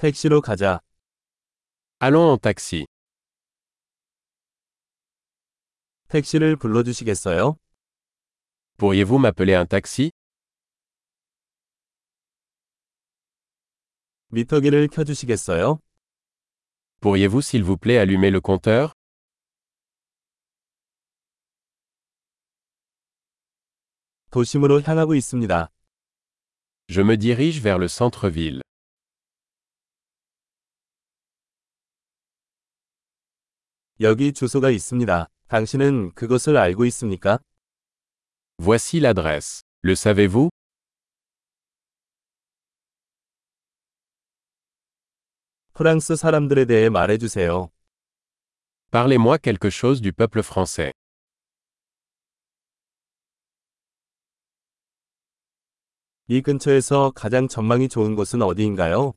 택시로 가자. Allons en taxi. 택시를 불러주시겠어요? Pourriez-vous m'appeler un taxi 미터기를 켜주시겠어요? Pourriez-vous s'il vous plaît allumer le compteur 도심으로 향하고 있습니다. Je me dirige vers le centre-ville. 여기 주소가 있습니다. 당신은 그것을 알고 있습니까? Voici l'adresse. Le savez-vous 프랑스 사람들에 대해 말해주세요. Parlez-moi quelque chose du peuple français. 이 근처에서 가장 전망이 좋은 곳은 어디인가요?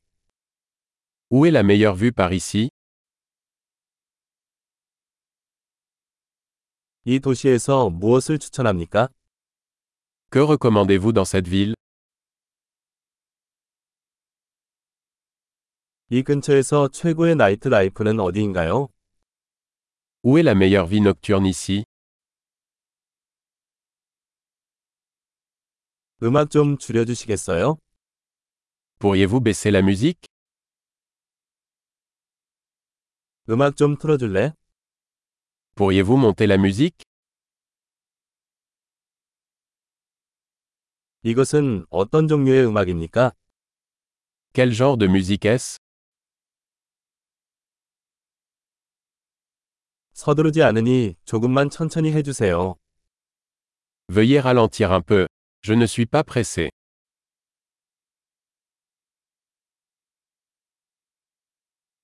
Où est la meilleure vue par ici 이 도시에서 무엇을 추천합니까? Que recommandez-vous dans cette ville 이 근처에서 최고의 나이트 라이프는 어디인가요? Où est la meilleure vie nocturne ici 음악 좀 줄여주시겠어요? Pourriez-vous baisser la musique 음악 좀 틀어줄래? Pourriez-vous monter la musique 이것은 어떤 종류의 음악입니까? Quel genre de musique est-ce 서두르지 않으니 조금만 천천히 해주세요. Veuillez ralentir un peu. Je ne suis pas pressé.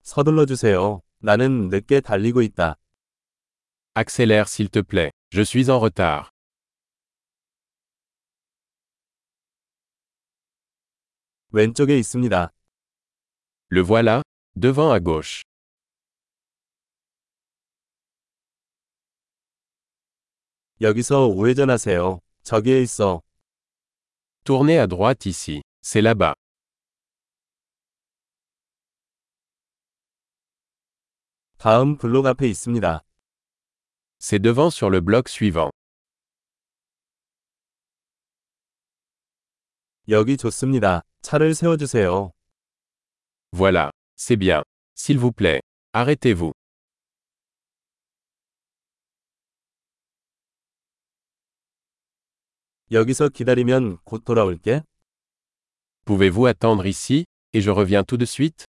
서둘러 주세요. 나는 늦게 달리고 있다. Accélère s'il te plaît. Je suis en retard. 왼쪽에 있습니다. Le voilà, devant à gauche. 여기서 우회전하세요. 저기에 있어. Tournez à droite ici. C'est là-bas. 다음 블록 앞에 있습니다. C'est devant sur le bloc suivant. 여기 좋습니다. 차를 세워주세요. Voilà. C'est bien. S'il vous plaît. Arrêtez-vous. 여기서 기다리면 곧 돌아올게. Pouvez-vous attendre ici, et je reviens tout de suite